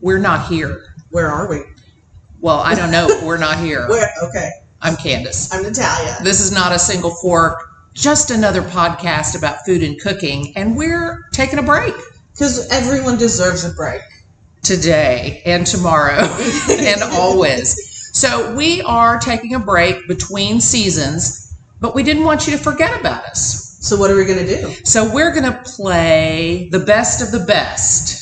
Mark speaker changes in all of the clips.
Speaker 1: we're not here.
Speaker 2: Where are we?
Speaker 1: Well, I don't know. We're not here.
Speaker 2: Where? Okay.
Speaker 1: I'm Candace.
Speaker 2: I'm Natalia.
Speaker 1: This is not a single fork, just another podcast about food and cooking. And we're taking a break
Speaker 2: Because everyone deserves a break.
Speaker 1: today and tomorrow and always. So we are taking a break between seasons, but we didn't want you to forget about us.
Speaker 2: So what are we going to do?
Speaker 1: So we're going to play the best of the best.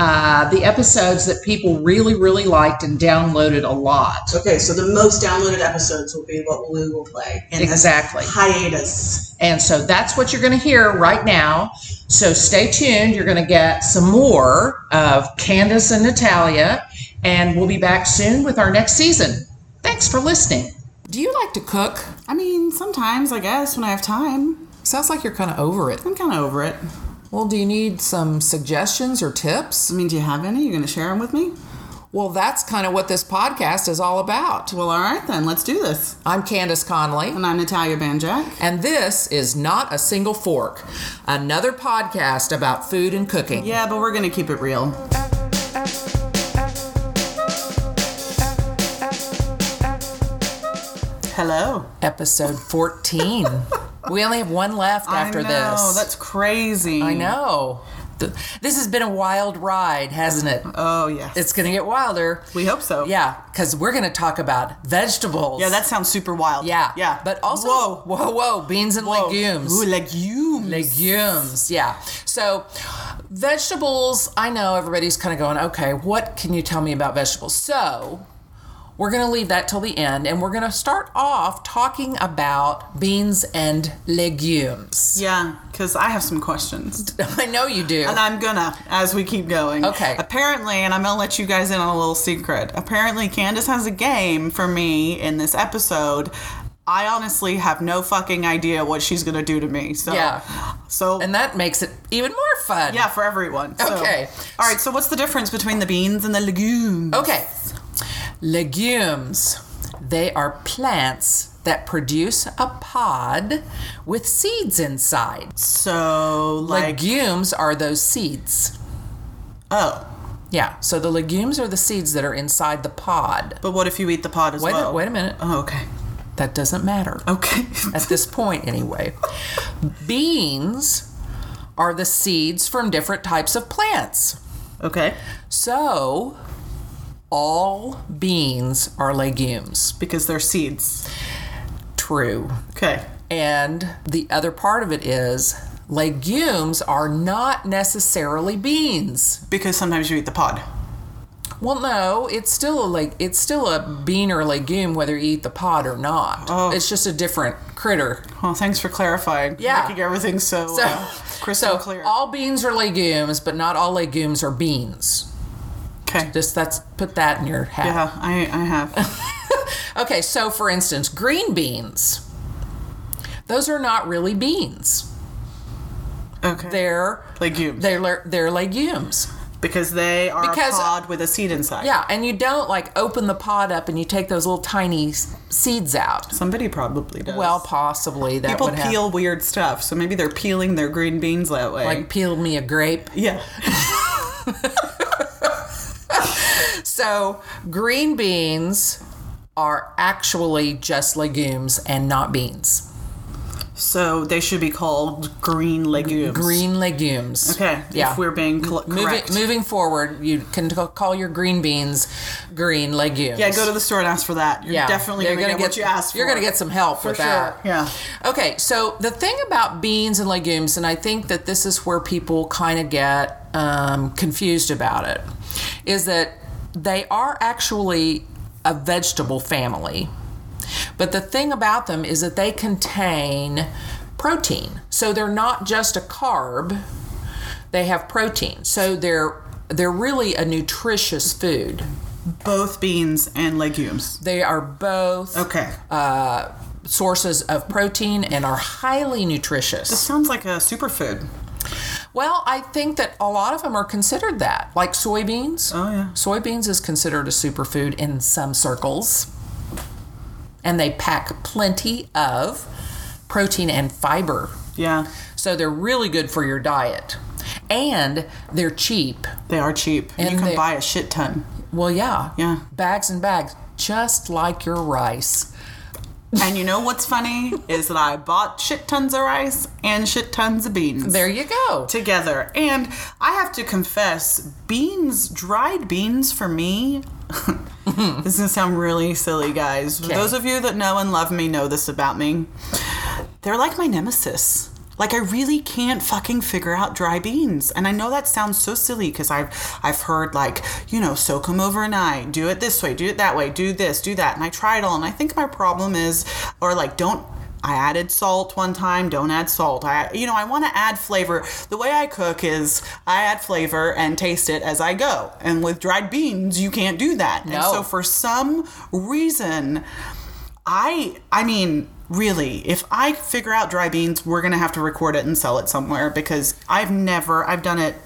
Speaker 1: Uh, the episodes that people really, really liked and downloaded a lot.
Speaker 2: Okay, so the most downloaded episodes will be what we will play in this
Speaker 1: Exactly.
Speaker 2: hiatus.
Speaker 1: And so that's what you're going to hear right now. So stay tuned. You're going to get some more of Candace and Natalia, and we'll be back soon with our next season. Thanks for listening. Do you like to cook?
Speaker 3: I mean, sometimes I guess when I have time,
Speaker 1: Sounds like you're kind of over it.
Speaker 3: I'm kind of over it.
Speaker 1: Well, do you need some suggestions or tips?
Speaker 3: I mean, do you have any? You're gonna share them with me?
Speaker 1: Well, that's kind of what this podcast is all about.
Speaker 3: Well, all right then. Let's do this.
Speaker 1: I'm Candace Conley.
Speaker 3: And I'm Natalia Banjak.
Speaker 1: And this is Not a Single Fork, another podcast about food and cooking.
Speaker 3: Yeah, but we're gonna keep it real. Hello.
Speaker 1: episode 14. we only have one left after
Speaker 3: I know,
Speaker 1: this.
Speaker 3: that's crazy.
Speaker 1: I know. Th- This has been a wild ride, hasn't it?
Speaker 3: Oh yes.
Speaker 1: It's going to get wilder.
Speaker 3: we hope so.
Speaker 1: Yeah, because we're going to talk about vegetables.
Speaker 3: Yeah, that sounds super wild.
Speaker 1: Yeah.
Speaker 3: Yeah.
Speaker 1: But also,
Speaker 3: Whoa.
Speaker 1: whoa, whoa, beans and
Speaker 3: Whoa.
Speaker 1: legumes.
Speaker 3: Ooh, legumes.
Speaker 1: Legumes, yeah. So, vegetables, I know everybody's kind of going, okay, what can you tell me about vegetables? So, we're going to leave that till the end and we're going to start off talking about beans and legumes.
Speaker 3: Yeah, because I have some questions.
Speaker 1: I know you do.
Speaker 3: And I'm gonna as we keep going.
Speaker 1: Okay.
Speaker 3: Apparently, and I'm gonna let you guys in on a little secret. Apparently, Candace has a game for me in this episode. I honestly have no fucking idea what she's gonna do to me. So
Speaker 1: Yeah.
Speaker 3: So
Speaker 1: and that makes it even more fun.
Speaker 3: yeah, for everyone. So-
Speaker 1: Okay.
Speaker 3: All right. So what's the difference between the beans and the legumes?
Speaker 1: Okay. Legumes. They are plants that produce a pod with seeds inside.
Speaker 3: So like
Speaker 1: legumes are those seeds.
Speaker 3: oh,
Speaker 1: Yeah. So the legumes are the seeds that are inside the pod.
Speaker 3: but what if you eat the pod as
Speaker 1: Wait,
Speaker 3: well?
Speaker 1: a, wait a minute.
Speaker 3: Oh, okay.
Speaker 1: That doesn't matter.
Speaker 3: Okay.
Speaker 1: At this point, anyway. Beans are the seeds from different types of plants.
Speaker 3: okay.
Speaker 1: So all beans are legumes.
Speaker 3: Because they're seeds.
Speaker 1: True.
Speaker 3: Okay.
Speaker 1: And the other part of it is legumes are not necessarily beans.
Speaker 3: Because sometimes you eat the pod.
Speaker 1: Well, no, it's still a like it's still a bean or legume whether you eat the pod or not.
Speaker 3: Oh.
Speaker 1: It's just a different critter.
Speaker 3: Well, thanks for clarifying.
Speaker 1: Yeah.
Speaker 3: Making everything so,
Speaker 1: So,
Speaker 3: uh, crystal
Speaker 1: so
Speaker 3: clear.
Speaker 1: all beans are legumes, but not all legumes are beans.
Speaker 3: okay.
Speaker 1: Just that's put that in your hat.
Speaker 3: Yeah, I, I have.
Speaker 1: Okay, so for instance, green beans. Those are not really beans.
Speaker 3: Okay.
Speaker 1: They're
Speaker 3: Legumes.
Speaker 1: They're le- they're legumes.
Speaker 3: because they are
Speaker 1: Because- uh,
Speaker 3: a pod with a seed inside.
Speaker 1: Yeah, and you don't like open the pod up and you take those little tiny s- seeds out.
Speaker 3: Somebody probably does.
Speaker 1: Well, possibly that
Speaker 3: people
Speaker 1: would happen.
Speaker 3: peel weird stuff, so maybe they're peeling their green beans that way.
Speaker 1: like peel me a grape.
Speaker 3: yeah.
Speaker 1: So green beans are actually just legumes and not beans.
Speaker 3: So they should be called green legumes.
Speaker 1: Green legumes.
Speaker 3: Okay.
Speaker 1: Yeah.
Speaker 3: If we're being cl-
Speaker 1: moving
Speaker 3: correct.
Speaker 1: moving forward, you can c- call your green beans green legumes.
Speaker 3: yeah, go to the store and ask for that. You're
Speaker 1: Yeah,
Speaker 3: definitely
Speaker 1: you're
Speaker 3: going to get, what you asked for.
Speaker 1: You're going to get some help
Speaker 3: For
Speaker 1: with
Speaker 3: sure.
Speaker 1: that.
Speaker 3: Yeah.
Speaker 1: Okay, so the thing about beans and legumes, and I think that this is where people kind of get um, confused about it, is that they are actually a vegetable family. But the thing about them is that they contain protein. So they're not just a carb, they have protein. So they're they're really a nutritious food.
Speaker 3: both beans and legumes.
Speaker 1: They are both
Speaker 3: Okay.
Speaker 1: uh, sources of protein and are highly nutritious.
Speaker 3: Sounds like a superfood.
Speaker 1: Well, I think that a lot of them are considered that, like soybeans.
Speaker 3: Oh, yeah.
Speaker 1: Soybeans is considered a superfood in some circles, and they pack plenty of protein and fiber.
Speaker 3: Yeah.
Speaker 1: So they're really good for your diet. and they're cheap.
Speaker 3: They are cheap. And you
Speaker 1: And
Speaker 3: can
Speaker 1: they-
Speaker 3: buy a shit ton.
Speaker 1: Well, yeah.
Speaker 3: Yeah.
Speaker 1: Bags and bags, just like your rice.
Speaker 3: And you know what's funny is that I bought shit tons of rice and shit tons of beans.
Speaker 1: There you go.
Speaker 3: together. And I have to confess, beans, dried beans for me. this is gonna sound really silly, guys. Those of you that know and love me know this about me. They're like my nemesis. Like I really can't fucking figure out dry beans, and I know that sounds so silly because I've I've heard like you know soak them overnight, do it this way, do it that way, do this, do that, and I try it all, and I think my problem is or like don't I added salt one time. Don't add salt. I, you know, I want to add flavor. The way I cook is I add flavor and taste it as I go. And with dried beans, you can't do that. And
Speaker 1: No.
Speaker 3: so for some reason, I, I mean, really, if I figure out dry beans, we're gonna have to record it and sell it somewhere because I've never, I've done it.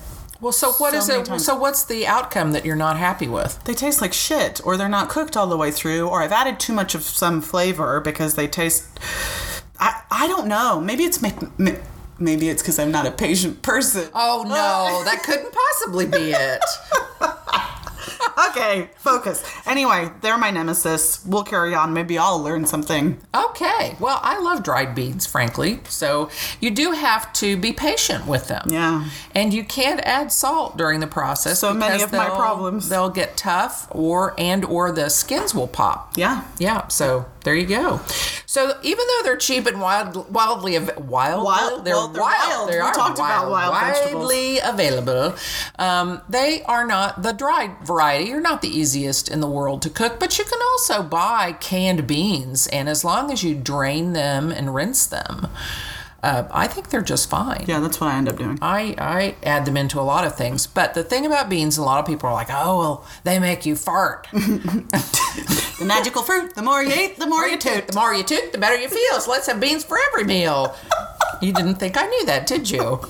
Speaker 1: Well, so what
Speaker 3: So
Speaker 1: is
Speaker 3: many
Speaker 1: it?
Speaker 3: times.
Speaker 1: So what's the outcome that you're not happy with?
Speaker 3: They taste like shit, or they're not cooked all the way through, or I've added too much of some flavor because they taste. I, I don't know. Maybe it's make, ma- maybe it's because I'm not a patient person.
Speaker 1: Oh no, that couldn't possibly be it.
Speaker 3: okay, focus. Anyway, they're my nemesis. We'll carry on. Maybe I'll learn something.
Speaker 1: Okay. Well, I love dried beans, frankly. So you do have to be patient with them.
Speaker 3: Yeah.
Speaker 1: And you can't add salt during the process.
Speaker 3: So many
Speaker 1: because
Speaker 3: of my
Speaker 1: they'll-
Speaker 3: problems.
Speaker 1: They'll get tough, or and or the skins will pop.
Speaker 3: Yeah.
Speaker 1: Yeah. So there you go. So even though they're cheap and wild, wildly av- wild,
Speaker 3: Wild-
Speaker 1: they're
Speaker 3: well, they're
Speaker 1: wild.
Speaker 3: wild.
Speaker 1: They
Speaker 3: We
Speaker 1: are
Speaker 3: talked about wild vegetables.
Speaker 1: widely available. Um, they are not the dried variety are not the easiest in the world to cook, but you can also buy canned beans, and as long as you drain them and rinse them, uh, I think they're just fine.
Speaker 3: Yeah, that's what I end up doing.
Speaker 1: I, I add them into a lot of things. But the thing about beans, a lot of people are like, oh, well, they make you fart.
Speaker 3: The magical fruit. The more you eat, the more you toot.
Speaker 1: The more you toot, the better you feel. So let's have beans for every meal. You didn't think I knew that, did you?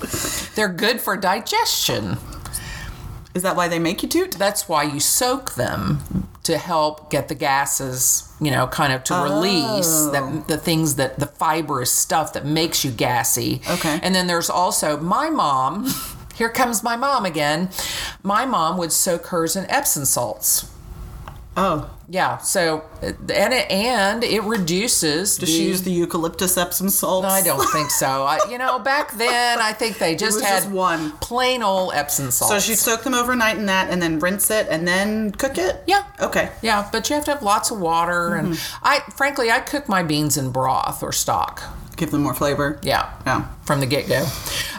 Speaker 1: They're good for digestion.
Speaker 3: Is that why they make you toot?
Speaker 1: That's why you soak them to help get the gases, you know, kind of to
Speaker 3: Oh.
Speaker 1: release that, the things that the fibrous stuff that makes you gassy.
Speaker 3: Okay.
Speaker 1: And then there's also my mom. Here comes my mom again. My mom would soak hers in Epsom salts.
Speaker 3: Oh,
Speaker 1: Yeah. So and it, and it reduces.
Speaker 3: does she use the eucalyptus Epsom salts?
Speaker 1: I don't think so. I, you know, back then I think they just
Speaker 3: was
Speaker 1: had
Speaker 3: just one.
Speaker 1: plain old Epsom salt.
Speaker 3: So she soak them overnight in that, and then rinse it, and then cook it.
Speaker 1: yeah.
Speaker 3: Okay.
Speaker 1: Yeah, but you have to have lots of water, and
Speaker 3: Mm-hmm.
Speaker 1: I frankly I cook my beans in broth or stock.
Speaker 3: Give them more flavor.
Speaker 1: Yeah.
Speaker 3: Yeah.
Speaker 1: From the get go.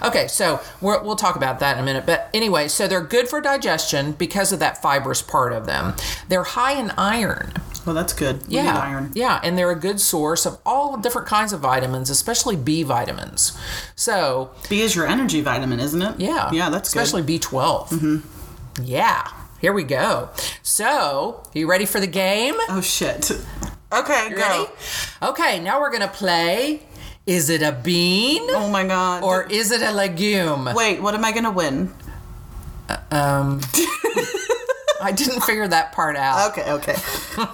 Speaker 1: Okay, so we're, we'll talk about that in a minute. But anyway, so they're good for digestion because of that fibrous part of them. They're high in iron.
Speaker 3: Well, that's good. We need
Speaker 1: Yeah.
Speaker 3: iron.
Speaker 1: Yeah, and they're a good source of all different kinds of vitamins, especially B vitamins. So,
Speaker 3: B is your energy vitamin, isn't it?
Speaker 1: yeah.
Speaker 3: Yeah, that's Mm-hmm.
Speaker 1: especially B12. Yeah. Here we go. So, you ready for the game?
Speaker 3: good. Oh shit. Okay, go.
Speaker 1: Ready? Okay, now we're going to play Is it a bean
Speaker 3: Oh my god.
Speaker 1: or is it a legume?
Speaker 3: wait, what am I gonna win?
Speaker 1: Um, I didn't figure that part out.
Speaker 3: Okay, okay.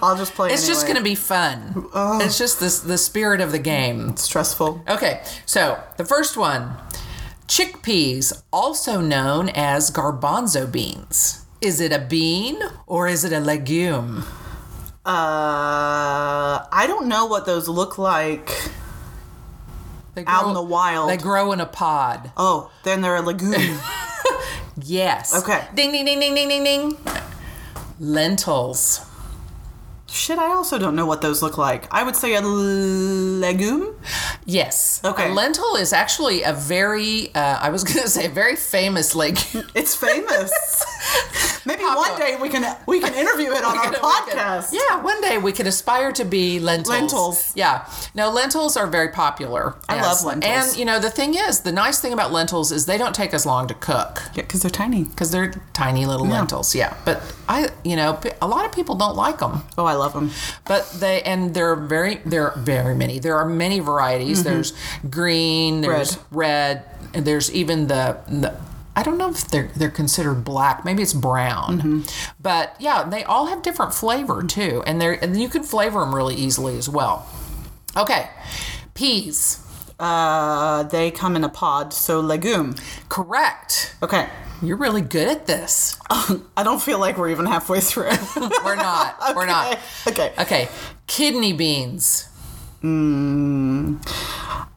Speaker 3: I'll just play. Oh.
Speaker 1: It's just going to be fun. It's just this, the spirit of the game.
Speaker 3: stressful.
Speaker 1: Okay, so the first one chickpeas, also known as garbanzo beans. Is it a bean or is it a legume?
Speaker 3: Uh, I don't know what those look like.
Speaker 1: They
Speaker 3: Out in the wild.
Speaker 1: They grow in a pod.
Speaker 3: Oh, then they're a legume.
Speaker 1: Yes.
Speaker 3: Okay.
Speaker 1: Ding, ding, ding, ding, ding, ding, ding. Lentils.
Speaker 3: Shit, I also don't know what those look like. I would say a legume.
Speaker 1: Yes.
Speaker 3: Okay.
Speaker 1: A lentil is actually a very, uh, I was going to say, a very famous legume.
Speaker 3: It's famous. Maybe one
Speaker 1: up.
Speaker 3: day we can we can interview it on our podcast.
Speaker 1: yeah, one day we could aspire to be lentils.
Speaker 3: Lentils.
Speaker 1: Yeah. No, lentils are very popular.
Speaker 3: I love lentils.
Speaker 1: And, you know, the thing is, the nice thing about lentils is they don't take as long to cook
Speaker 3: Yeah, because they're tiny.
Speaker 1: because they're tiny little lentils. Yeah. But I, you know, p- a lot of people don't like them.
Speaker 3: Oh, I love them.
Speaker 1: But they and there are very there are very many. There are many varieties.
Speaker 3: Mm-hmm.
Speaker 1: There's green, there's red, and there's even the, the I don't know if they're they're considered black. Maybe it's brown.
Speaker 3: Mm-hmm.
Speaker 1: But yeah, they all have different flavor too, and they're and you can flavor them really easily as well. Okay, peas.
Speaker 3: uh, they come in a pod, so legume.
Speaker 1: Correct.
Speaker 3: Okay.
Speaker 1: You're really good at this.
Speaker 3: I don't feel like we're even halfway through.
Speaker 1: We're not. We're not.
Speaker 3: okay.
Speaker 1: Okay. Kidney beans.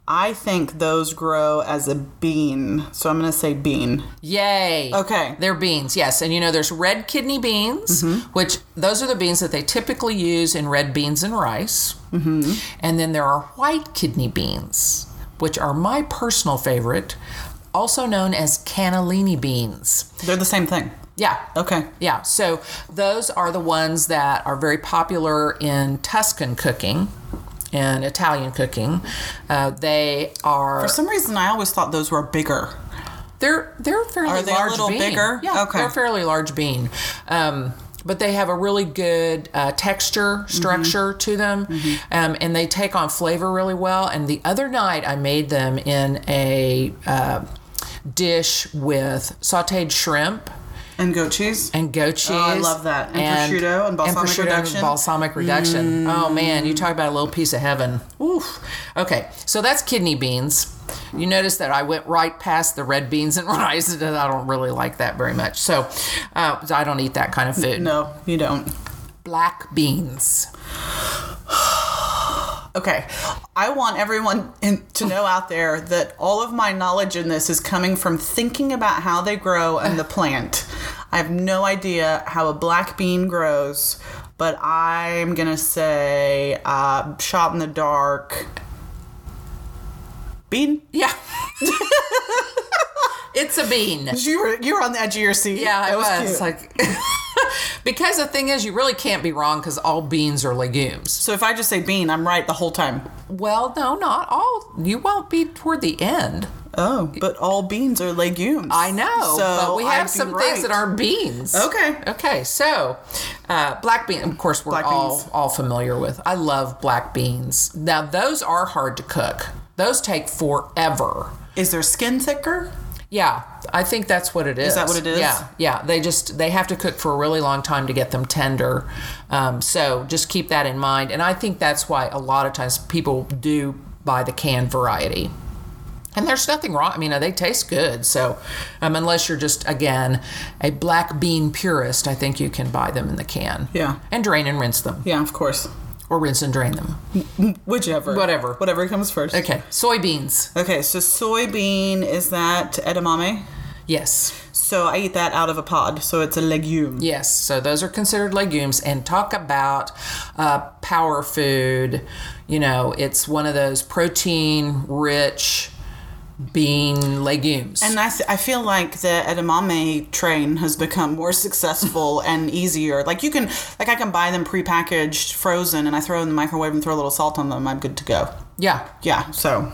Speaker 3: I think those grow as a bean, so I'm going to say bean.
Speaker 1: Yay.
Speaker 3: Okay. Mm-hmm.
Speaker 1: They're beans, yes. And you know, there's red kidney beans, which those are the beans that they typically use in red beans and rice. Mm-hmm. And then there are white kidney beans, which are my personal favorite, also known as cannellini beans.
Speaker 3: They're the same thing.
Speaker 1: Yeah.
Speaker 3: Okay.
Speaker 1: Yeah, so those are the ones that are very popular in Tuscan cooking and Italian cooking. Uh, they are
Speaker 3: For some reason, I always thought those were bigger.
Speaker 1: they're they're fairly
Speaker 3: Are they a
Speaker 1: large
Speaker 3: little
Speaker 1: bean.
Speaker 3: bigger?
Speaker 1: Yeah,
Speaker 3: Okay.
Speaker 1: they're a fairly large bean. Um, but they have a really good uh, texture structure
Speaker 3: Mm-hmm.
Speaker 1: to them, um, and they take on flavor really well. And the other night, I made them in a uh, dish with sautéed shrimp
Speaker 3: And goat cheese.
Speaker 1: and goat cheese.
Speaker 3: Oh, I love that. And prosciutto and balsamic
Speaker 1: prosciutto and
Speaker 3: reduction. Mm.
Speaker 1: balsamic reduction. Oh man, you talk about a little piece of heaven. Oof. Okay, so that's kidney beans. You notice that I went right past the red beans and rice, and I don't really like that very much. So uh, I don't eat that kind of food.
Speaker 3: no, you don't.
Speaker 1: Black beans.
Speaker 3: Okay. I want everyone in, to know out there that all of my knowledge in this is coming from thinking about how they grow and the plant. I have no idea how a black bean grows, but I'm going to say uh, shot in the dark. Bean?
Speaker 1: Yeah. it's a bean.
Speaker 3: You were, you were on the edge of your seat.
Speaker 1: Yeah, I
Speaker 3: That
Speaker 1: was,
Speaker 3: cute.
Speaker 1: like. Because the thing is, you really can't be wrong because all beans are legumes.
Speaker 3: so if I just say bean, I'm right the whole time.
Speaker 1: Well, no, not all. You won't be toward the end.
Speaker 3: Oh, but all beans are legumes.
Speaker 1: I know, but we have
Speaker 3: I'd be
Speaker 1: some
Speaker 3: right.
Speaker 1: things that aren't beans.
Speaker 3: Okay.
Speaker 1: Okay, so uh, black bean. Of course, we're
Speaker 3: Black
Speaker 1: all
Speaker 3: beans.
Speaker 1: all familiar with. I love black beans. Now, those are hard to cook. Those take forever.
Speaker 3: Is their skin thicker?
Speaker 1: Yeah, I think that's what it is. Is
Speaker 3: that what it is?
Speaker 1: Yeah, yeah. They just they have to cook for a really long time to get them tender. Um, so just keep that in mind. And I think that's why a lot of times people do buy the canned variety. And there's nothing wrong. I mean, they taste good. So, um, unless you're just again a black bean purist, I think you can buy them in the can.
Speaker 3: Yeah.
Speaker 1: And drain and rinse them,
Speaker 3: Yeah, of course.
Speaker 1: or rinse and drain them.
Speaker 3: Whichever.
Speaker 1: Whatever.
Speaker 3: Whatever comes first.
Speaker 1: Okay, soybeans.
Speaker 3: Okay, so soybean is that edamame?
Speaker 1: Yes.
Speaker 3: So I eat that out of a pod, so it's a legume.
Speaker 1: Yes, so those are considered legumes. And talk about uh, power food. You know, it's one of those protein rich bean legumes.
Speaker 3: And I, th- I feel like the edamame train has become more successful and easier. Like you can, like I can buy them prepackaged, frozen, and I throw in the microwave and throw a little salt on them. I'm good to go.
Speaker 1: yeah,
Speaker 3: Yeah, so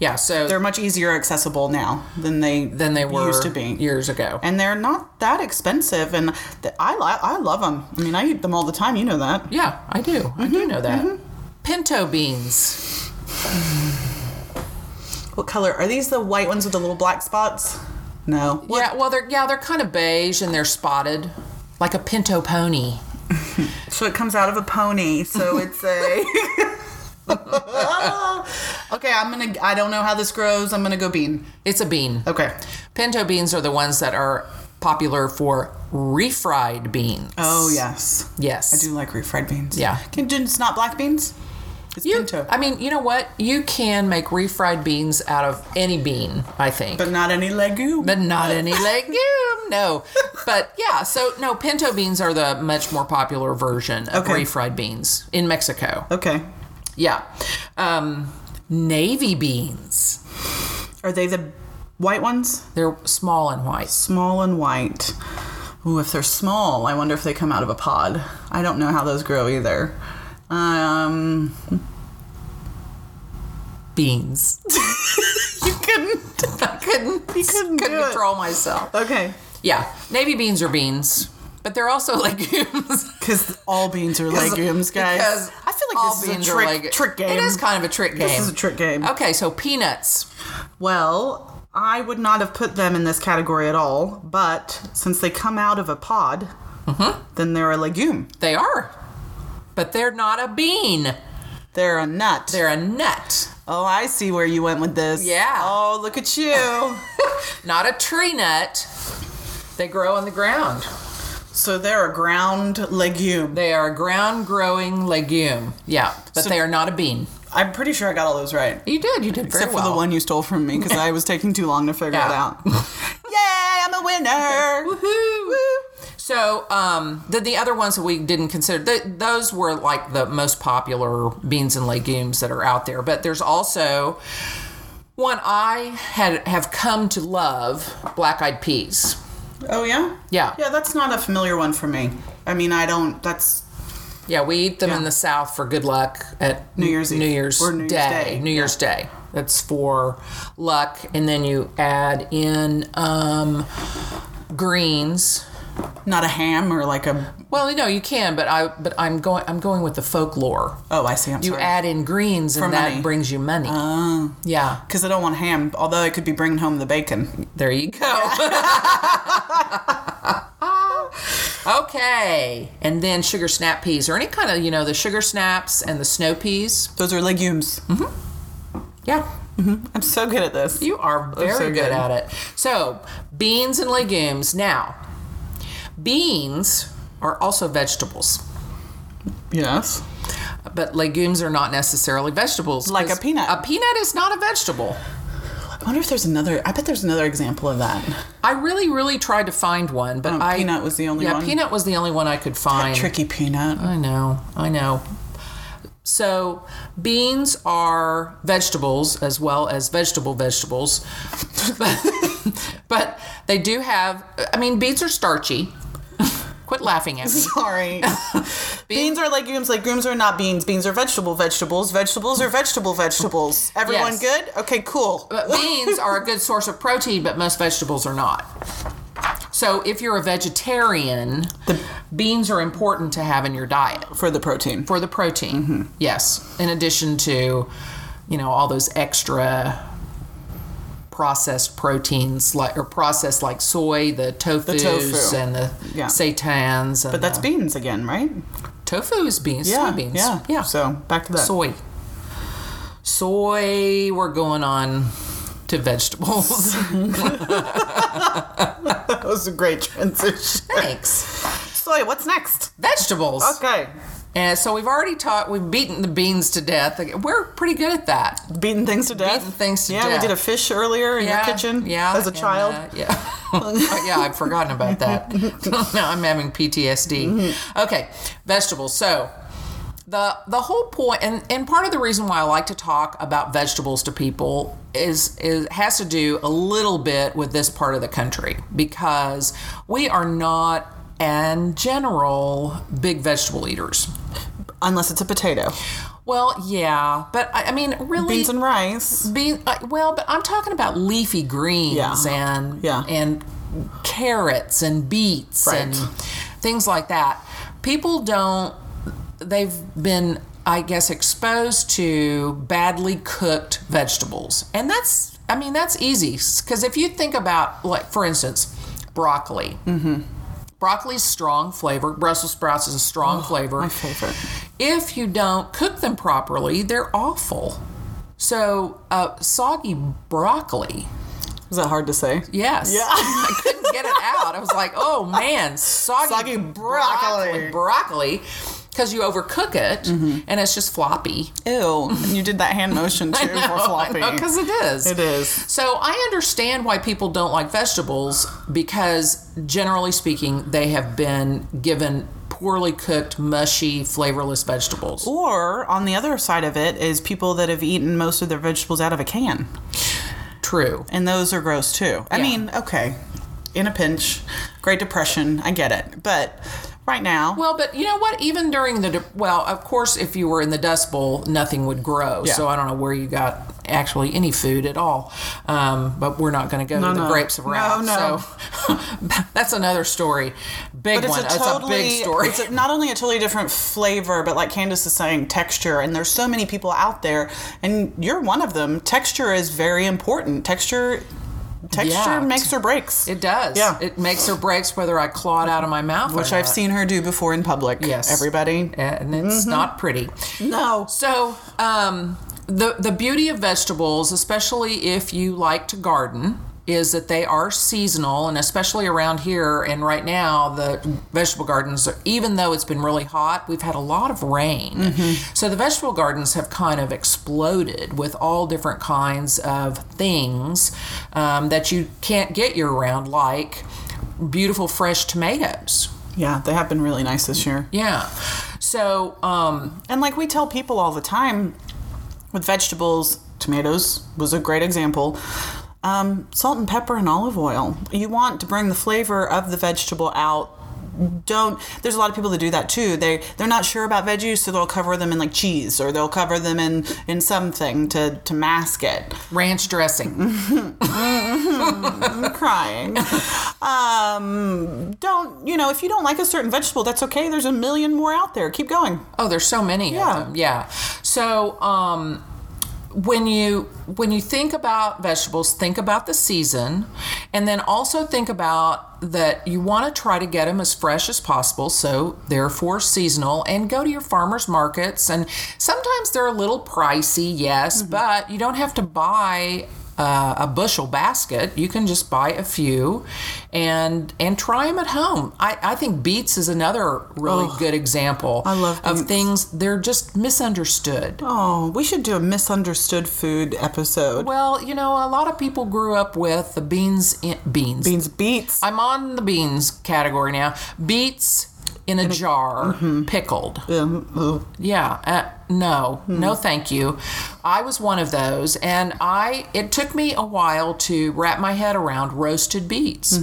Speaker 1: yeah. So
Speaker 3: they're much easier accessible now than they
Speaker 1: than they were
Speaker 3: used to be.
Speaker 1: years ago.
Speaker 3: and they're not that expensive. And th- I li- I love them. I mean, I eat them all the time. You know that.
Speaker 1: yeah, I do. I do
Speaker 3: Mm-hmm,
Speaker 1: know that. Pinto beans.
Speaker 3: What color are these? The white ones with the little black spots? No.
Speaker 1: Yeah, well, they're yeah, they're kind of beige and they're spotted, like a pinto pony.
Speaker 3: So it comes out of a pony. So it's a. okay, I'm gonna. I don't know how this grows. I'm gonna go bean.
Speaker 1: It's a bean.
Speaker 3: Okay.
Speaker 1: Pinto beans are the ones that are popular for refried beans.
Speaker 3: Oh yes,
Speaker 1: yes,
Speaker 3: I do like refried beans.
Speaker 1: Yeah.
Speaker 3: Can, it's not black beans. It's
Speaker 1: You-
Speaker 3: pinto,
Speaker 1: I mean, you know what? You can make refried beans out of any bean, I think.
Speaker 3: but not any legume.
Speaker 1: But not any legume, no. But yeah, so no, pinto beans are the much more popular version of
Speaker 3: Okay.
Speaker 1: refried beans in Mexico.
Speaker 3: okay.
Speaker 1: Yeah. Um, navy beans.
Speaker 3: Are they the white ones?
Speaker 1: They're small and white.
Speaker 3: Small and white. Ooh, if they're small, I wonder if they come out of a pod. I don't know how those grow either. Um,
Speaker 1: Beans.
Speaker 3: you couldn't.
Speaker 1: I couldn't,
Speaker 3: couldn't
Speaker 1: couldn't,
Speaker 3: do it.
Speaker 1: control myself.
Speaker 3: Okay.
Speaker 1: Yeah, navy beans are beans, but they're also legumes.
Speaker 3: Because all beans are legumes, guys.
Speaker 1: Because
Speaker 3: I feel like
Speaker 1: all
Speaker 3: this is
Speaker 1: beans
Speaker 3: a
Speaker 1: are
Speaker 3: trick,
Speaker 1: legu-
Speaker 3: trick game.
Speaker 1: It is kind of a trick game.
Speaker 3: This is a trick game.
Speaker 1: Okay, so peanuts.
Speaker 3: Well, I would not have put them in this category at all, but since they come out of a pod,
Speaker 1: Mm-hmm.
Speaker 3: then they're a legume.
Speaker 1: They are. But they're not a bean.
Speaker 3: They're a nut.
Speaker 1: They're a nut.
Speaker 3: Oh, I see where you went with this.
Speaker 1: Yeah.
Speaker 3: Oh, look at you.
Speaker 1: Not a tree nut. They grow on the ground.
Speaker 3: so they're a ground legume.
Speaker 1: They are a ground growing legume. Yeah, but they are not a bean.
Speaker 3: I'm pretty sure I got all those right.
Speaker 1: You did. You did very
Speaker 3: Except
Speaker 1: well.
Speaker 3: for the one you stole from me because I was taking too long to figure it
Speaker 1: Yeah.
Speaker 3: out. Yay, I'm a winner.
Speaker 1: Woohoo! So um, then the other ones that we didn't consider, th- those were like the most popular beans and legumes that are out there. But there's also one I had have come to love: black-eyed peas.
Speaker 3: oh, yeah?
Speaker 1: Yeah.
Speaker 3: Yeah, that's not a familiar one for me. I mean, I don't, that's
Speaker 1: Yeah, we eat them in the South for good luck at
Speaker 3: New Year's Eve
Speaker 1: New Year's,
Speaker 3: or New Year's
Speaker 1: Day.
Speaker 3: Day.
Speaker 1: New Year's Day. That's for luck, and then you add in um, greens.
Speaker 3: not a ham or like a,
Speaker 1: Well, no, you can, but I but I'm going I'm going with the folklore.
Speaker 3: oh, I see, I'm
Speaker 1: You
Speaker 3: sorry.
Speaker 1: add in greens, and
Speaker 3: For
Speaker 1: that
Speaker 3: money. Oh.
Speaker 1: brings you money. yeah,
Speaker 3: because I don't want ham, although I could be bringing home the bacon.
Speaker 1: there you go. okay, and then sugar snap peas, or any kind of you know the sugar snaps and the snow peas.
Speaker 3: Those are legumes.
Speaker 1: Yeah,
Speaker 3: I'm so good at this.
Speaker 1: you are very
Speaker 3: so
Speaker 1: good.
Speaker 3: good.
Speaker 1: at it. So beans and legumes. Now, beans are also vegetables,
Speaker 3: Yes.
Speaker 1: but legumes are not necessarily vegetables.
Speaker 3: Like a
Speaker 1: 'cause
Speaker 3: peanut.
Speaker 1: A peanut is not a vegetable.
Speaker 3: I wonder if there's another, I bet there's another example of that.
Speaker 1: I really, really tried to find one, but
Speaker 3: Oh,
Speaker 1: I
Speaker 3: peanut was the only
Speaker 1: yeah,
Speaker 3: one?
Speaker 1: peanut was the only one I could find.
Speaker 3: Tricky peanut.
Speaker 1: I know, I know. So beans are vegetables as well as vegetable vegetables, but, but they do have. I mean, beans are starchy. Quit laughing at me.
Speaker 3: Sorry. beans are legumes. Legumes are not beans. Beans are vegetable vegetables. Vegetables are vegetable vegetables. Everyone
Speaker 1: Yes.
Speaker 3: good? Okay, cool.
Speaker 1: But beans are a good source of protein, but most vegetables are not. So if you're a vegetarian, beans are important to have in your diet.
Speaker 3: For the protein.
Speaker 1: for the protein.
Speaker 3: Mm-hmm.
Speaker 1: Yes, in addition to, you know, all those extra processed proteins like or processed like soy, the tofus
Speaker 3: tofu.
Speaker 1: and the
Speaker 3: Yeah.
Speaker 1: seitans. And
Speaker 3: But that's beans again, right?
Speaker 1: tofu is beans, soybeans.
Speaker 3: Yeah.
Speaker 1: yeah.
Speaker 3: So back to that.
Speaker 1: soy, soy. We're going on to vegetables.
Speaker 3: that was a great transition.
Speaker 1: Thanks.
Speaker 3: Soy, what's next?
Speaker 1: Vegetables.
Speaker 3: Okay.
Speaker 1: And so we've already taught. We've beaten the beans to death. We're pretty good at that.
Speaker 3: Beating things to death.
Speaker 1: Beating things to
Speaker 3: yeah,
Speaker 1: death.
Speaker 3: we did a fish earlier in your kitchen.
Speaker 1: Yeah.
Speaker 3: As a
Speaker 1: and,
Speaker 3: child.
Speaker 1: uh, yeah. Oh, yeah, I've forgotten about that. now I'm having PTSD.
Speaker 3: Mm-hmm.
Speaker 1: Okay, vegetables. So the the whole point and, and part of the reason why I like to talk about vegetables to people is is has to do a little bit with this part of the country because we are not in general big vegetable eaters.
Speaker 3: Unless it's a potato.
Speaker 1: Well, yeah, but I, I mean, really,
Speaker 3: Beans and rice.
Speaker 1: bean uh, well but i'm talking about leafy greens
Speaker 3: Yeah.
Speaker 1: and
Speaker 3: Yeah.
Speaker 1: and carrots and beets and
Speaker 3: Right.
Speaker 1: things like that people don't they've been i guess exposed to badly cooked vegetables and that's i mean that's easy because if you think about like for instance broccoli mm-hmm. broccoli's strong flavor brussels sprouts is a strong flavor
Speaker 3: Oh, My favorite.
Speaker 1: if you don't cook them properly, they're awful. So, uh, soggy broccoli.
Speaker 3: Is that hard to say?
Speaker 1: Yes.
Speaker 3: Yeah.
Speaker 1: I couldn't get it out. I was like, oh man, soggy,
Speaker 3: Soggy
Speaker 1: broccoli.
Speaker 3: broccoli.
Speaker 1: Broccoli. Because you overcook it
Speaker 3: Mm-hmm.
Speaker 1: and it's just floppy.
Speaker 3: Ew. And you did that hand motion too for floppy.
Speaker 1: Because it is.
Speaker 3: It is.
Speaker 1: So I understand why people don't like vegetables because, generally speaking, they have been given poorly cooked, mushy, flavorless vegetables.
Speaker 3: Or on the other side of it is people that have eaten most of their vegetables out of a can,
Speaker 1: True.
Speaker 3: and those are gross too. I
Speaker 1: Yeah.
Speaker 3: mean, okay, in a pinch, Great Depression, I get it, but right now,
Speaker 1: Well, but you know what? Even during the de- well, of course, if you were in the Dust Bowl, nothing would grow.
Speaker 3: Yeah.
Speaker 1: So I don't know where you got actually any food at all. Um, but we're not going to go to the
Speaker 3: no.
Speaker 1: grapes of wrath.
Speaker 3: No, no.
Speaker 1: So that's another story. Big
Speaker 3: but it's
Speaker 1: one.
Speaker 3: a totally,
Speaker 1: it's a big story.
Speaker 3: it's a- not only a totally different flavor, but like Candace is saying, texture. And there's so many people out there, and you're one of them. Texture is very important. Texture, texture
Speaker 1: Yeah.
Speaker 3: makes or breaks.
Speaker 1: it does.
Speaker 3: Yeah.
Speaker 1: It makes or breaks whether I claw it out of my mouth,
Speaker 3: which
Speaker 1: or
Speaker 3: I've
Speaker 1: not.
Speaker 3: seen Mm-hmm. her do before in public.
Speaker 1: Yes.
Speaker 3: everybody.
Speaker 1: and it's not pretty.
Speaker 3: No.
Speaker 1: So, um, the the beauty of vegetables, especially if you like to garden, is that they are seasonal, and especially around here and right now, the vegetable gardens, even though it's been really hot, we've had a lot of rain. So the vegetable gardens have kind of exploded with all different kinds of things um, that you can't get year round, like beautiful fresh tomatoes.
Speaker 3: Yeah, they have been really nice this year.
Speaker 1: Yeah. So, um,
Speaker 3: And like we tell people all the time with vegetables, tomatoes was a great example. Um, salt and pepper and olive oil. You want to bring the flavor of the vegetable out. Don't. There's a lot of people that do that too. They they're not sure about veggies, so they'll cover them in like cheese, or they'll cover them in in something to to mask it.
Speaker 1: ranch dressing.
Speaker 3: I'm crying. um, don't you know? If you don't like a certain vegetable, that's okay. There's a million more out there. Keep going.
Speaker 1: Oh, there's so many
Speaker 3: Yeah.
Speaker 1: of them. Yeah. So um, when you when you think about vegetables, think about the season, and then also think about that you want to try to get them as fresh as possible. So therefore seasonal, and go to your farmers markets. And sometimes they're a little pricey, yes, but you don't have to buy. Uh, a bushel basket you can just buy a few and and try them at home i, I think beets is another really good example I
Speaker 3: love
Speaker 1: of things they're just misunderstood.
Speaker 3: Oh, we should do a misunderstood food episode.
Speaker 1: Well, you know, a lot of people grew up with the beans in, beans.
Speaker 3: Beans, beets.
Speaker 1: I'm on the beans category now. Beets in a Mm-hmm. jar, pickled.
Speaker 3: Um, oh.
Speaker 1: Yeah, uh, no, no, thank you. I was one of those, and I it took me a while to wrap my head around roasted beets.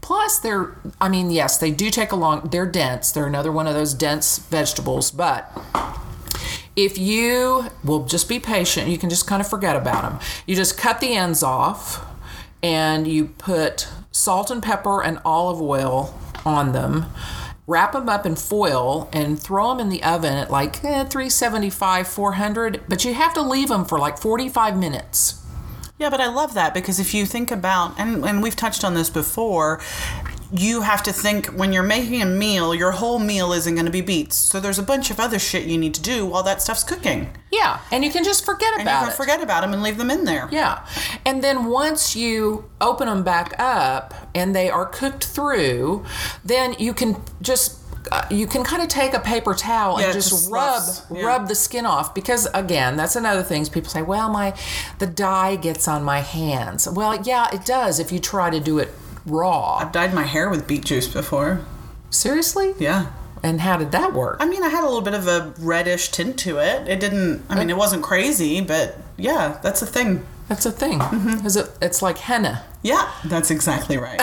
Speaker 1: Plus, they're I mean, yes, they do take a long. They're dense. They're another one of those dense vegetables, but. If you will just be patient, you can just kind of forget about them. You just cut the ends off and you put salt and pepper and olive oil on them. Wrap them up in foil and throw them in the oven at like eh, 375, 400, but you have to leave them for like 45 minutes.
Speaker 3: Yeah, but I love that because if you think about, and, and we've touched on this before, you have to think when you're making a meal, your whole meal isn't going to be beets. So there's a bunch of other shit you need to do while that stuff's cooking.
Speaker 1: Yeah, and you can just forget
Speaker 3: And
Speaker 1: about
Speaker 3: you can
Speaker 1: it.
Speaker 3: forget about them and leave them in there.
Speaker 1: Yeah. And then once you open them back up and they are cooked through, then you can just uh, you can kind of take a paper towel
Speaker 3: Yeah,
Speaker 1: and just,
Speaker 3: just
Speaker 1: rub
Speaker 3: less- yeah.
Speaker 1: rub the skin off because again that's another thing is people say well my the dye gets on my hands well yeah it does if you try to do it raw
Speaker 3: I've dyed my hair with beet juice before.
Speaker 1: seriously
Speaker 3: Yeah.
Speaker 1: and how did that work
Speaker 3: I mean, I had a little bit of a reddish tint to it. It didn't, I mean, it wasn't crazy, but yeah, that's a thing.
Speaker 1: that's a thing
Speaker 3: Mm-hmm.
Speaker 1: Is it, it's like henna
Speaker 3: Yeah, that's exactly right.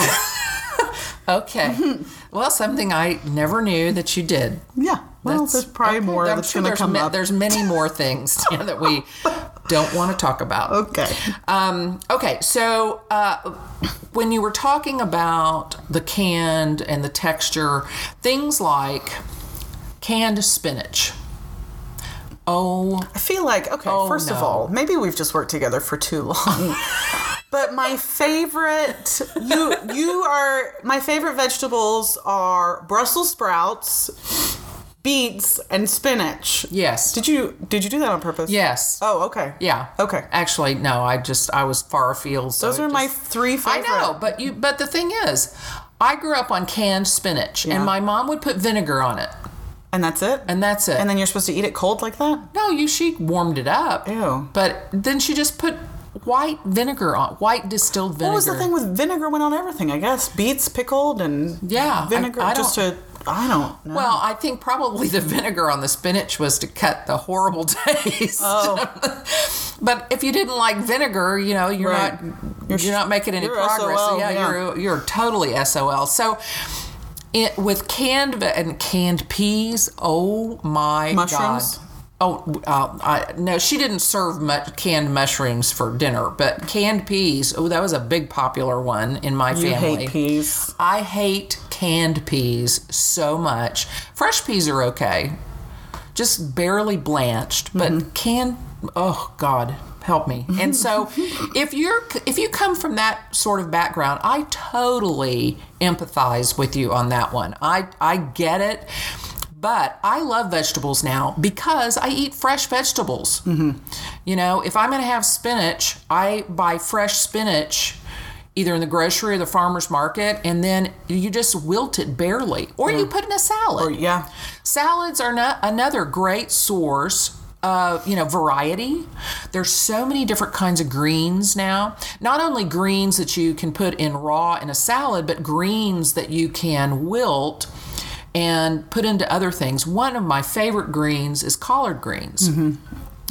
Speaker 1: okay
Speaker 3: Mm-hmm.
Speaker 1: well something i never knew that you did
Speaker 3: yeah. Well,
Speaker 1: That's-
Speaker 3: there's probably
Speaker 1: okay,
Speaker 3: more
Speaker 1: I'm
Speaker 3: that's
Speaker 1: sure
Speaker 3: going to
Speaker 1: there's
Speaker 3: come
Speaker 1: ma-
Speaker 3: up.
Speaker 1: There's many more things yeah, that we don't want to talk about.
Speaker 3: Okay.
Speaker 1: Um, okay, so uh, when you were talking about the canned and the texture, things like canned spinach. Oh,
Speaker 3: I feel like, okay,
Speaker 1: Oh,
Speaker 3: first of
Speaker 1: no.
Speaker 3: all, maybe we've just worked together for too long. but my favorite you you are my favorite vegetables are Brussels sprouts, beets, and spinach.
Speaker 1: yes.
Speaker 3: Did you did you do that on purpose?
Speaker 1: yes.
Speaker 3: Oh, okay.
Speaker 1: yeah.
Speaker 3: Okay.
Speaker 1: Actually, no, I just, I was far afield. So
Speaker 3: Those
Speaker 1: it
Speaker 3: are my
Speaker 1: just-
Speaker 3: three
Speaker 1: I
Speaker 3: favorite.
Speaker 1: know, but you, but the thing is, I grew up on canned spinach,
Speaker 3: Yeah.
Speaker 1: and my mom would put vinegar on it,
Speaker 3: And that's it?
Speaker 1: and that's it.
Speaker 3: and then you're supposed to eat it cold like that?
Speaker 1: No, you she warmed it up.
Speaker 3: Ew.
Speaker 1: But then she just put white vinegar on white distilled vinegar.
Speaker 3: What was the thing with vinegar went on everything, I guess? Beets pickled and
Speaker 1: Yeah, I-
Speaker 3: vinegar
Speaker 1: I
Speaker 3: just to I don't know.
Speaker 1: Well, I think probably the vinegar on the spinach was to cut the horrible taste.
Speaker 3: Oh.
Speaker 1: but if you didn't like vinegar, you know, you're
Speaker 3: Right.
Speaker 1: not you're,
Speaker 3: You're sh-
Speaker 1: not making any
Speaker 3: you're
Speaker 1: progress.
Speaker 3: SOL,
Speaker 1: yeah,
Speaker 3: yeah.
Speaker 1: you're you're totally SOL. So it, with canned ve- and canned peas, oh my
Speaker 3: Mushrooms?
Speaker 1: god. Oh, uh, I, no, she didn't serve mu- canned mushrooms for dinner, but canned peas. Oh, that was a big popular one in my
Speaker 3: you
Speaker 1: family.
Speaker 3: hate peas.
Speaker 1: I hate canned peas so much. Fresh peas are okay, just barely blanched, but canned, oh God, help me. And so, if you're if you come from that sort of background, I totally empathize with you on that one. I I get it. But I love vegetables now because I eat fresh vegetables. Mm-hmm. You know, if I'm going to have spinach, I buy fresh spinach either in the grocery or the farmer's market, and then you just wilt it barely, or you put in a salad.
Speaker 3: Or, yeah.
Speaker 1: Salads are no, another great source of you know variety. There's so many different kinds of greens now. Not only greens that you can put in raw in a salad, but greens that you can wilt and put into other things. One of my favorite greens is collard greens.
Speaker 3: Mm-hmm.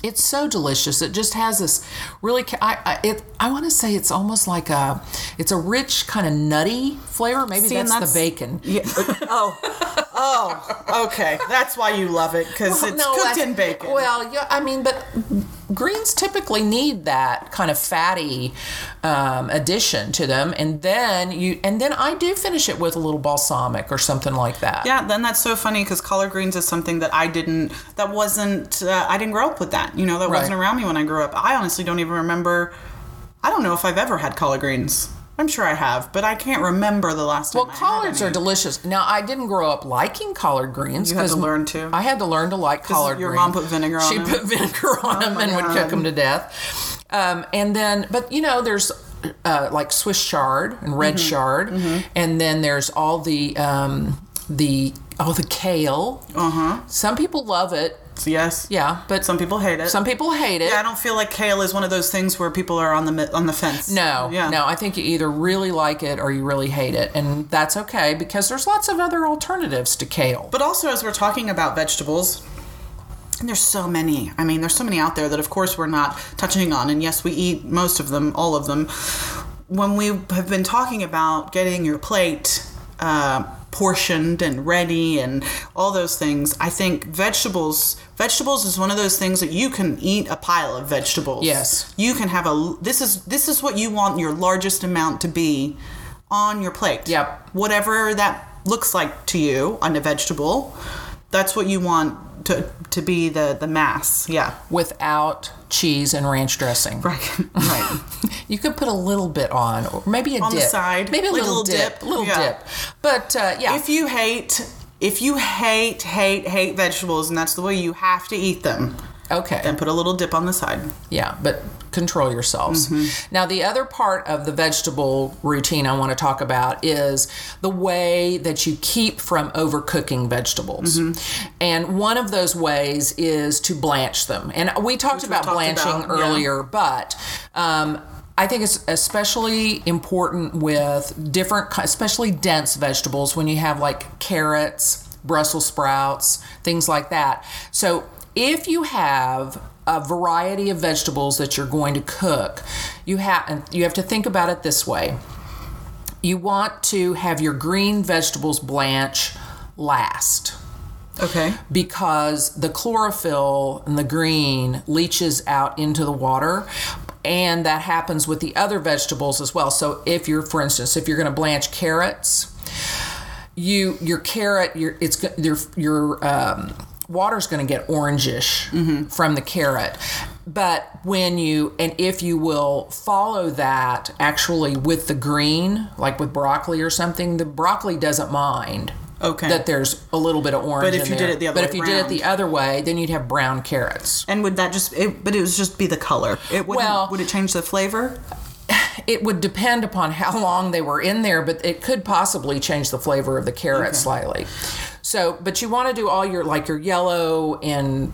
Speaker 1: It's so delicious. It just has this really. ca- I I, it- I want to say it's almost like a. It's a rich kind of nutty flavor. Maybe
Speaker 3: See, and
Speaker 1: that's,
Speaker 3: that's-
Speaker 1: the bacon.
Speaker 3: Yeah. oh. Oh. Okay. That's why you love it because it's cooked
Speaker 1: I-
Speaker 3: in bacon.
Speaker 1: Well, yeah, I mean, but greens typically need that kind of fatty um, addition to them, and then you and then I do finish it with a little balsamic or something like that.
Speaker 3: Yeah, then that's so funny because collard greens is something that I didn't, that wasn't, uh, I didn't grow up with that. You know, that
Speaker 1: Right.
Speaker 3: wasn't around me when I grew up. I honestly don't even remember, I don't know if I've ever had collard greens. I'm sure I have, but I can't remember the last time.
Speaker 1: Well, collards are delicious. Now, I didn't grow up liking collard greens.
Speaker 3: You had
Speaker 1: 'cause
Speaker 3: to learn to.
Speaker 1: I had to learn to like collard
Speaker 3: your
Speaker 1: greens.
Speaker 3: mom put vinegar on
Speaker 1: She
Speaker 3: them? Oh
Speaker 1: put vinegar on them
Speaker 3: my
Speaker 1: and would
Speaker 3: God.
Speaker 1: cook them to death. Um, and then, but you know, there's uh, like Swiss chard and red
Speaker 3: Mm-hmm.
Speaker 1: chard, and then there's all the um, the oh the kale. Uh huh. Some people love it.
Speaker 3: are. Yes.
Speaker 1: Yeah, but
Speaker 3: Uh-huh. Some people hate it.
Speaker 1: some people hate it.
Speaker 3: Yeah, I don't feel like kale is one of those things where people are on the mi- on the fence.
Speaker 1: No,
Speaker 3: Yeah.
Speaker 1: no. I think you either really like it or you really hate it, and that's okay because there's lots of other alternatives to kale.
Speaker 3: But also, as we're talking about vegetables, and there's so many. I mean, there's so many out there that, of course, we're not touching on. And yes, we eat most of them, all of them. When we have been talking about getting your plate uh, portioned and ready and all those things, I think vegetables. Vegetables is one of those things that you can eat a pile of vegetables.
Speaker 1: Yes.
Speaker 3: you can have a. This is this is what you want your largest amount to be on your plate.
Speaker 1: Yep.
Speaker 3: Whatever that looks like to you on a vegetable, that's what you want to to be the the mass. Yeah.
Speaker 1: without cheese and ranch dressing.
Speaker 3: Right. right.
Speaker 1: You could put a little bit on, or maybe a
Speaker 3: On the
Speaker 1: dip.
Speaker 3: side,
Speaker 1: maybe a
Speaker 3: like a
Speaker 1: little,
Speaker 3: little
Speaker 1: dip,
Speaker 3: dip.
Speaker 1: a little
Speaker 3: Yeah.
Speaker 1: dip. But uh, yeah,
Speaker 3: if you hate if you hate hate hate vegetables and that's the way you have to eat them,
Speaker 1: okay,
Speaker 3: then put a little dip on the side.
Speaker 1: yeah, but control yourselves.
Speaker 3: Mm-hmm.
Speaker 1: Now, the other part of the vegetable routine I want to talk about is the way that you keep from overcooking vegetables.
Speaker 3: Mm-hmm.
Speaker 1: And one of those ways is to blanch them. And we talked
Speaker 3: we've
Speaker 1: about
Speaker 3: talked
Speaker 1: blanching
Speaker 3: about, yeah.
Speaker 1: earlier, but. Um, I think it's especially important with different, ki- especially dense vegetables when you have like carrots, Brussels sprouts, things like that. So, if you have a variety of vegetables that you're going to cook, you have you have to think about it this way. You want to have your green vegetables blanch last
Speaker 3: Okay.
Speaker 1: because the chlorophyll and the green leaches out into the water and that happens with the other vegetables as well so if you're for instance if you're going to blanch carrots you your carrot your it's go- your your um, water's going to get orangish from the carrot but when you and if you will follow that actually with the green like with broccoli or something the broccoli doesn't mind
Speaker 3: Okay.
Speaker 1: that there's a little bit of orange
Speaker 3: But if
Speaker 1: in
Speaker 3: you did
Speaker 1: there.
Speaker 3: it the other
Speaker 1: but
Speaker 3: way
Speaker 1: if you did it the other way then you'd have brown carrots
Speaker 3: And would that just it, but it would just be the color. It wouldn't
Speaker 1: Well-
Speaker 3: would it change the flavor?
Speaker 1: it would depend upon how long they were in there, but it could possibly change the flavor of the carrot slightly. So, but you want to do all your like your yellow and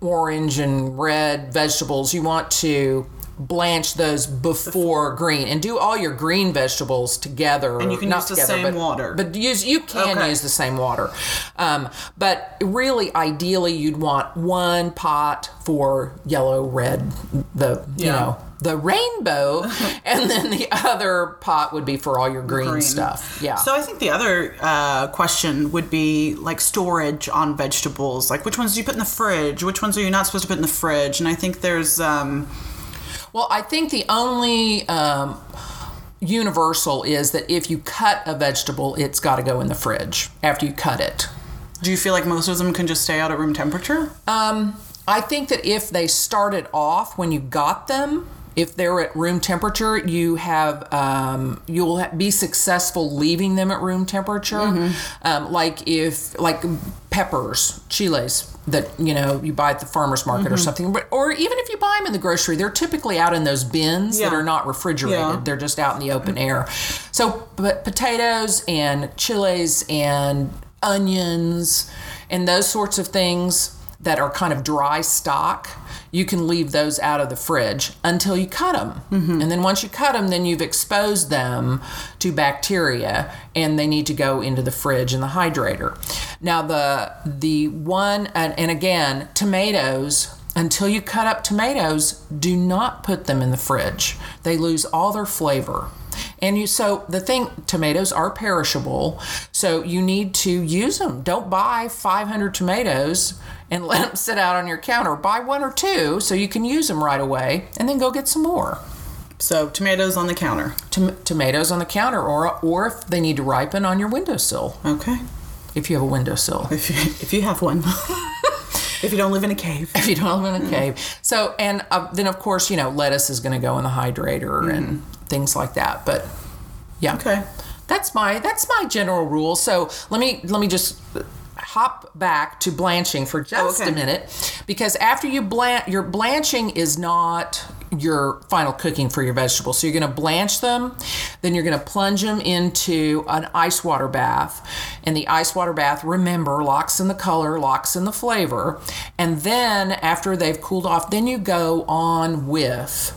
Speaker 1: orange and red vegetables. You want to blanch those before green and do all your green vegetables together. And
Speaker 3: you can use the same
Speaker 1: but,
Speaker 3: water.
Speaker 1: But use you can
Speaker 3: Okay.
Speaker 1: use the same water. Um, but really, ideally, you'd want one pot for yellow, red, the you
Speaker 3: Yeah.
Speaker 1: know the rainbow, and then the other pot would be for all your green,
Speaker 3: Green.
Speaker 1: stuff. Yeah.
Speaker 3: So I think the other uh, question would be like storage on vegetables. Like which ones do you put in the fridge? Which ones are you not supposed to put in the fridge? And I think there's um,
Speaker 1: well, I think the only. Um, Universal is that if you cut a vegetable, it's got to go in the fridge after you cut it.
Speaker 3: do you feel like most of them can just stay out at room temperature?
Speaker 1: I think that if they started off when you got them if they're at room temperature, you have um, you'll ha- be successful leaving them at room temperature. Um, like if like peppers, chiles that you know you buy at the farmers market or something, but or even if you buy them in the grocery, they're typically out in those bins that
Speaker 3: Yeah.
Speaker 1: are not refrigerated.
Speaker 3: Yeah.
Speaker 1: They're just out in the open air. So p- potatoes and chiles and onions and those sorts of things that are kind of dry stock, you can leave those out of the fridge until you cut them. And then once you cut them, then you've exposed them to bacteria and they need to go into the fridge in the hydrator. Now the the one and, and again, tomatoes until you cut up tomatoes, do not put them in the fridge. They lose all their flavor. And you so the thing tomatoes are perishable, so you need to use them. Don't buy 500 tomatoes and let them sit out on your counter. Buy one or two so you can use them right away and then go get some more.
Speaker 3: So tomatoes on the counter.
Speaker 1: Tom- tomatoes on the counter or or if they need to ripen on your windowsill
Speaker 3: Okay.
Speaker 1: if you have a windowsill.
Speaker 3: If you, if you have one. if you don't live in a cave.
Speaker 1: if you don't live in a cave. So, and uh, then of course, you know, lettuce is going to go in the hydrator and things like that. But yeah,
Speaker 3: Okay.
Speaker 1: that's my that's my general rule. So let me let me just hop back to blanching for just
Speaker 3: okay.
Speaker 1: a minute because after you blanch, your blanching is not your final cooking for your vegetables. So you're going to blanch them, then you're going to plunge them into an ice water bath. And the ice water bath, remember, locks in the color, locks in the flavor. And then after they've cooled off, then you go on with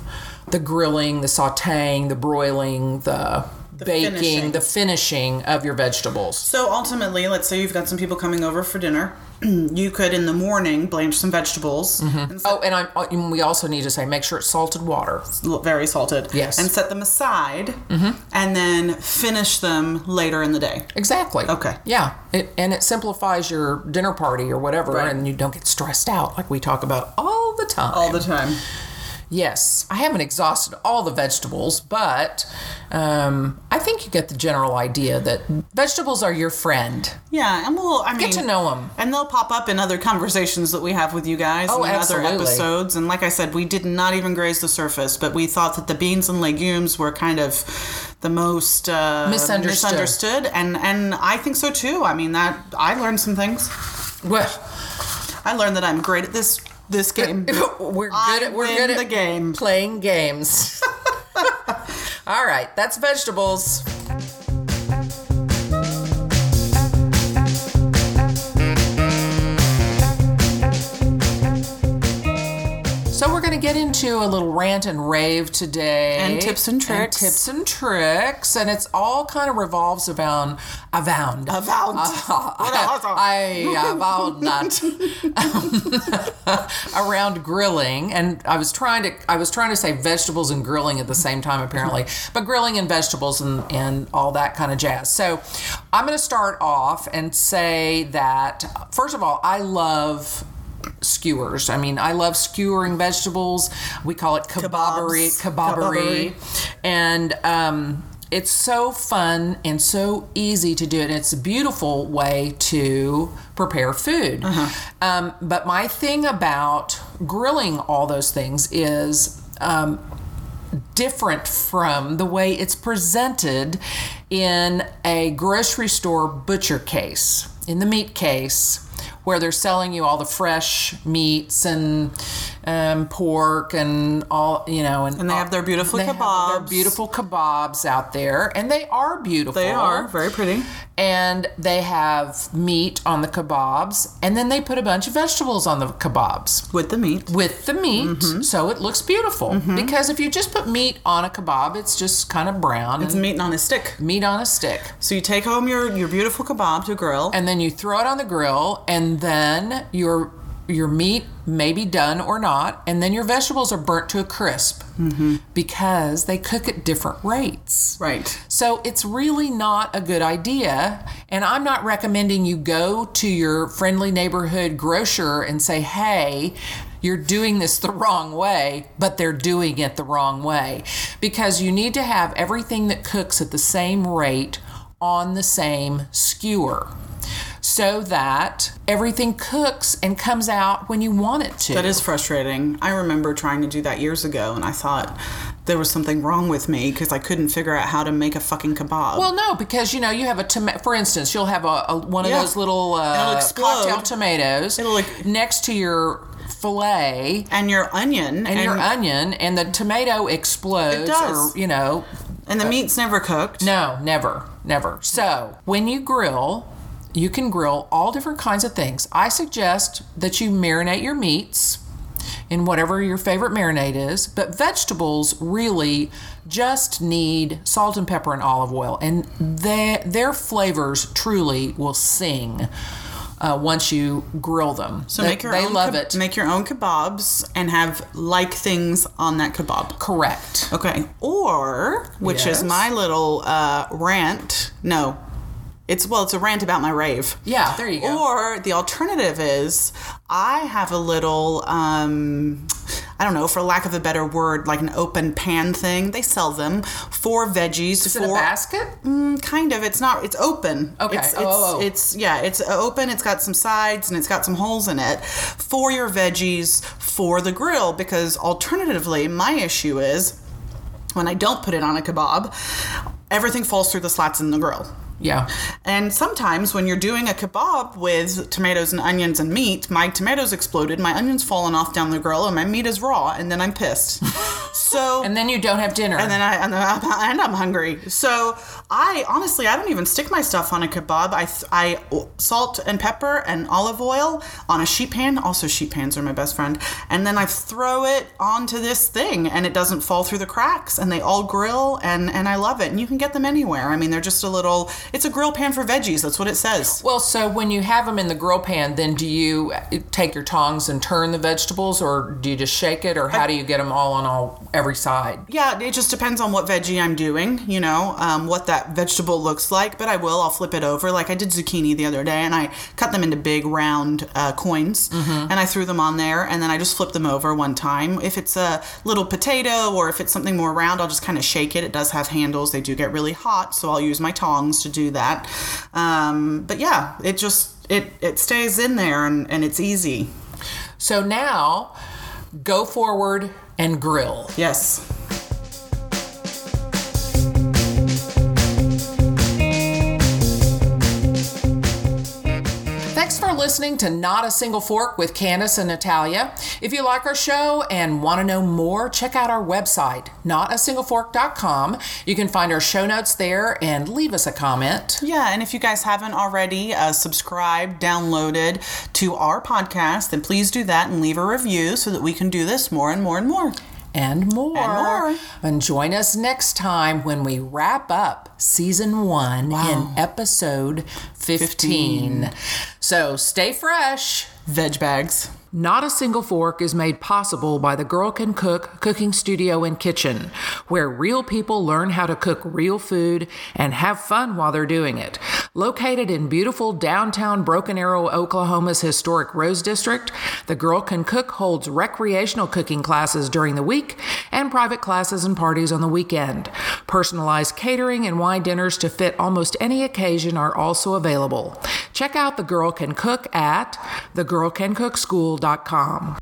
Speaker 1: the grilling, the sauteing, the broiling, the, baking,
Speaker 3: finishing.
Speaker 1: the finishing of your vegetables.
Speaker 3: So ultimately, let's say you've got some people coming over for dinner. you could in the morning blanch some vegetables and
Speaker 1: Oh, and I and we also need to say make sure it's salted water.
Speaker 3: l- very salted.
Speaker 1: Yes.
Speaker 3: And set them aside and then finish them later in the day.
Speaker 1: Exactly.
Speaker 3: Okay.
Speaker 1: Yeah, it, and it simplifies your dinner party or whatever,
Speaker 3: Right.
Speaker 1: and you don't get stressed out like we talk about all the time.
Speaker 3: All the time.
Speaker 1: yes, I haven't exhausted all the vegetables, but um, I think you get the general idea that vegetables are your friend.
Speaker 3: Yeah, and we'll, I mean,
Speaker 1: to know 'em.
Speaker 3: And they'll pop up in other conversations that we have with you guys
Speaker 1: Oh,
Speaker 3: and in other
Speaker 1: absolutely.
Speaker 3: episodes. And like I said, we did not even graze the surface, but we thought that the beans and legumes were kind of the most uh,
Speaker 1: Misunderstood.
Speaker 3: misunderstood. And, and I think so too. I mean, that I learned some things.
Speaker 1: Well,
Speaker 3: I learned that I'm great at this this game.
Speaker 1: we're
Speaker 3: I
Speaker 1: good at we're
Speaker 3: win
Speaker 1: good at
Speaker 3: the game.
Speaker 1: playing games. All right, that's vegetables. So we're going to get into a little rant and rave today,
Speaker 3: And tips and tricks.
Speaker 1: tips and tricks, and it's all kind of revolves around around
Speaker 3: Avowed.
Speaker 1: Uh, I about that around grilling, and I was trying to I was trying to say vegetables and grilling at the same time apparently, but grilling and vegetables and and all that kind of jazz. So I'm going to start off and say that first of all, I love skewers. I mean, I love skewering vegetables. We call it kebabery,
Speaker 3: Kebabs.
Speaker 1: kebabery, and um, it's so fun and so easy to do it. It's a beautiful way to prepare food.
Speaker 3: Uh-huh.
Speaker 1: Um, but my thing about grilling all those things is um, different from the way it's presented in a grocery store butcher case, in the meat case, where they're selling you all the fresh meats and um, pork and all, you know, and,
Speaker 3: And they have their beautiful
Speaker 1: they have their
Speaker 3: kebabs.
Speaker 1: beautiful kebabs out there, and they are beautiful.
Speaker 3: They are very pretty.
Speaker 1: And they have meat on the kebabs, and then they put a bunch of vegetables on the kebabs
Speaker 3: With the meat.
Speaker 1: with the meat,
Speaker 3: Mm-hmm.
Speaker 1: so it looks beautiful. Because if you just put meat on a kebab, it's just kind of brown.
Speaker 3: It's
Speaker 1: and
Speaker 3: meat on a stick.
Speaker 1: meat on a stick.
Speaker 3: So you take home your, your beautiful kebab to grill.
Speaker 1: And then you throw it on the grill, and then your your meat may be done or not, and then your vegetables are burnt to a crisp
Speaker 3: Mm-hmm.
Speaker 1: because they cook at different rates.
Speaker 3: right.
Speaker 1: So it's really not a good idea. And I'm not recommending you go to your friendly neighborhood grocer and say, hey, you're doing this the wrong way, but they're doing it the wrong way. Because you need to have everything that cooks at the same rate on the same skewer. so that everything cooks and comes out when you want it to.
Speaker 3: That is frustrating. I remember trying to do that years ago, and I thought there was something wrong with me because I couldn't figure out how to make a fucking kebab.
Speaker 1: Well, no, because you know you have a tomato. For instance, you'll have a, a one
Speaker 3: Yeah.
Speaker 1: of those little
Speaker 3: It'll
Speaker 1: uh,
Speaker 3: explode.
Speaker 1: cocktail tomatoes
Speaker 3: It'll, like-
Speaker 1: next to your fillet
Speaker 3: and your onion
Speaker 1: and, your onion, and the tomato explodes.
Speaker 3: does.
Speaker 1: Or you know,
Speaker 3: and the meat's never cooked.
Speaker 1: no, never, never. So when you grill. You can grill all different kinds of things. I suggest that you marinate your meats in whatever your favorite marinade is, but vegetables really just need salt and pepper and olive oil, and their their flavors truly will sing uh, once you grill them.
Speaker 3: So
Speaker 1: they,
Speaker 3: make your
Speaker 1: they
Speaker 3: own
Speaker 1: love
Speaker 3: keb-
Speaker 1: it.
Speaker 3: Make your own kebabs and have like things on that kebab.
Speaker 1: Correct.
Speaker 3: Okay. Or, which
Speaker 1: Yes.
Speaker 3: is my little uh, rant. No. It's well, it's a rant about my rave.
Speaker 1: Yeah, there you go.
Speaker 3: Or the alternative is I have a little um I don't know, for lack of a better word, like an open pan thing. They sell them for veggies
Speaker 1: Is it
Speaker 3: for
Speaker 1: a basket?
Speaker 3: Mm, kind of. It's not. It's open.
Speaker 1: Okay.
Speaker 3: It's, it's,
Speaker 1: Oh.
Speaker 3: it's yeah. It's open. It's got some sides and it's got some holes in it for your veggies for the grill. Because alternatively, my issue is when I don't put it on a kebab, everything falls through the slats in the grill.
Speaker 1: Yeah.
Speaker 3: And sometimes when you're doing a kebab with tomatoes and onions and meat, my tomatoes exploded, my onions fallen off down the grill, and my meat is raw, and then I'm pissed. so
Speaker 1: And then you don't have dinner.
Speaker 3: and then I and, then I'm, and I'm hungry. So I honestly I don't even stick my stuff on a kebab. I I salt and pepper and olive oil on a sheet pan. Also sheet pans are my best friend. And then I throw it onto this thing and it doesn't fall through the cracks and they all grill and and I love it. And you can get them anywhere. I mean they're just a little it's a grill pan for veggies. That's what it says.
Speaker 1: well, so when you have them in the grill pan, then do you uh, take your tongs and turn the vegetables, or do you just shake it, or how do you get them all on all every side?
Speaker 3: yeah, it just depends on what veggie I'm doing, you know, um, what that vegetable looks like. But I will, I'll flip it over. Like I did zucchini the other day and I cut them into big round uh, coins and I threw them on there and then I just flipped them over one time. If it's a little potato or if it's something more round, I'll just kind of shake it. It does have handles, they do get really hot. So I'll use my tongs to do that. Um, but yeah, it just, it, it stays in there and, and it's easy.
Speaker 1: So now go forward and grill.
Speaker 3: Yes.
Speaker 1: Thanks for listening to Not a Single Fork with Candace and Natalia. If you like our show and want to know more, check out our website, notasinglefork.com. You can find our show notes there and leave us a comment.
Speaker 3: Yeah, and if you guys haven't already uh, subscribed, downloaded to our podcast, then please do that and leave a review so that we can do this more and more and more.
Speaker 1: And more.
Speaker 3: more.
Speaker 1: And join us next time when we wrap up season one in episode 15. So stay fresh.
Speaker 3: Veg bags.
Speaker 1: Not a Single Fork is made possible by the Girl Can Cook Cooking Studio and Kitchen, where real people learn how to cook real food and have fun while they're doing it. Located in beautiful downtown Broken Arrow, Oklahoma's historic Rose District, the Girl Can Cook holds recreational cooking classes during the week and private classes and parties on the weekend. Personalized catering and wine dinners to fit almost any occasion are also available. Check out The Girl Can Cook at thegirlcancook.school.com.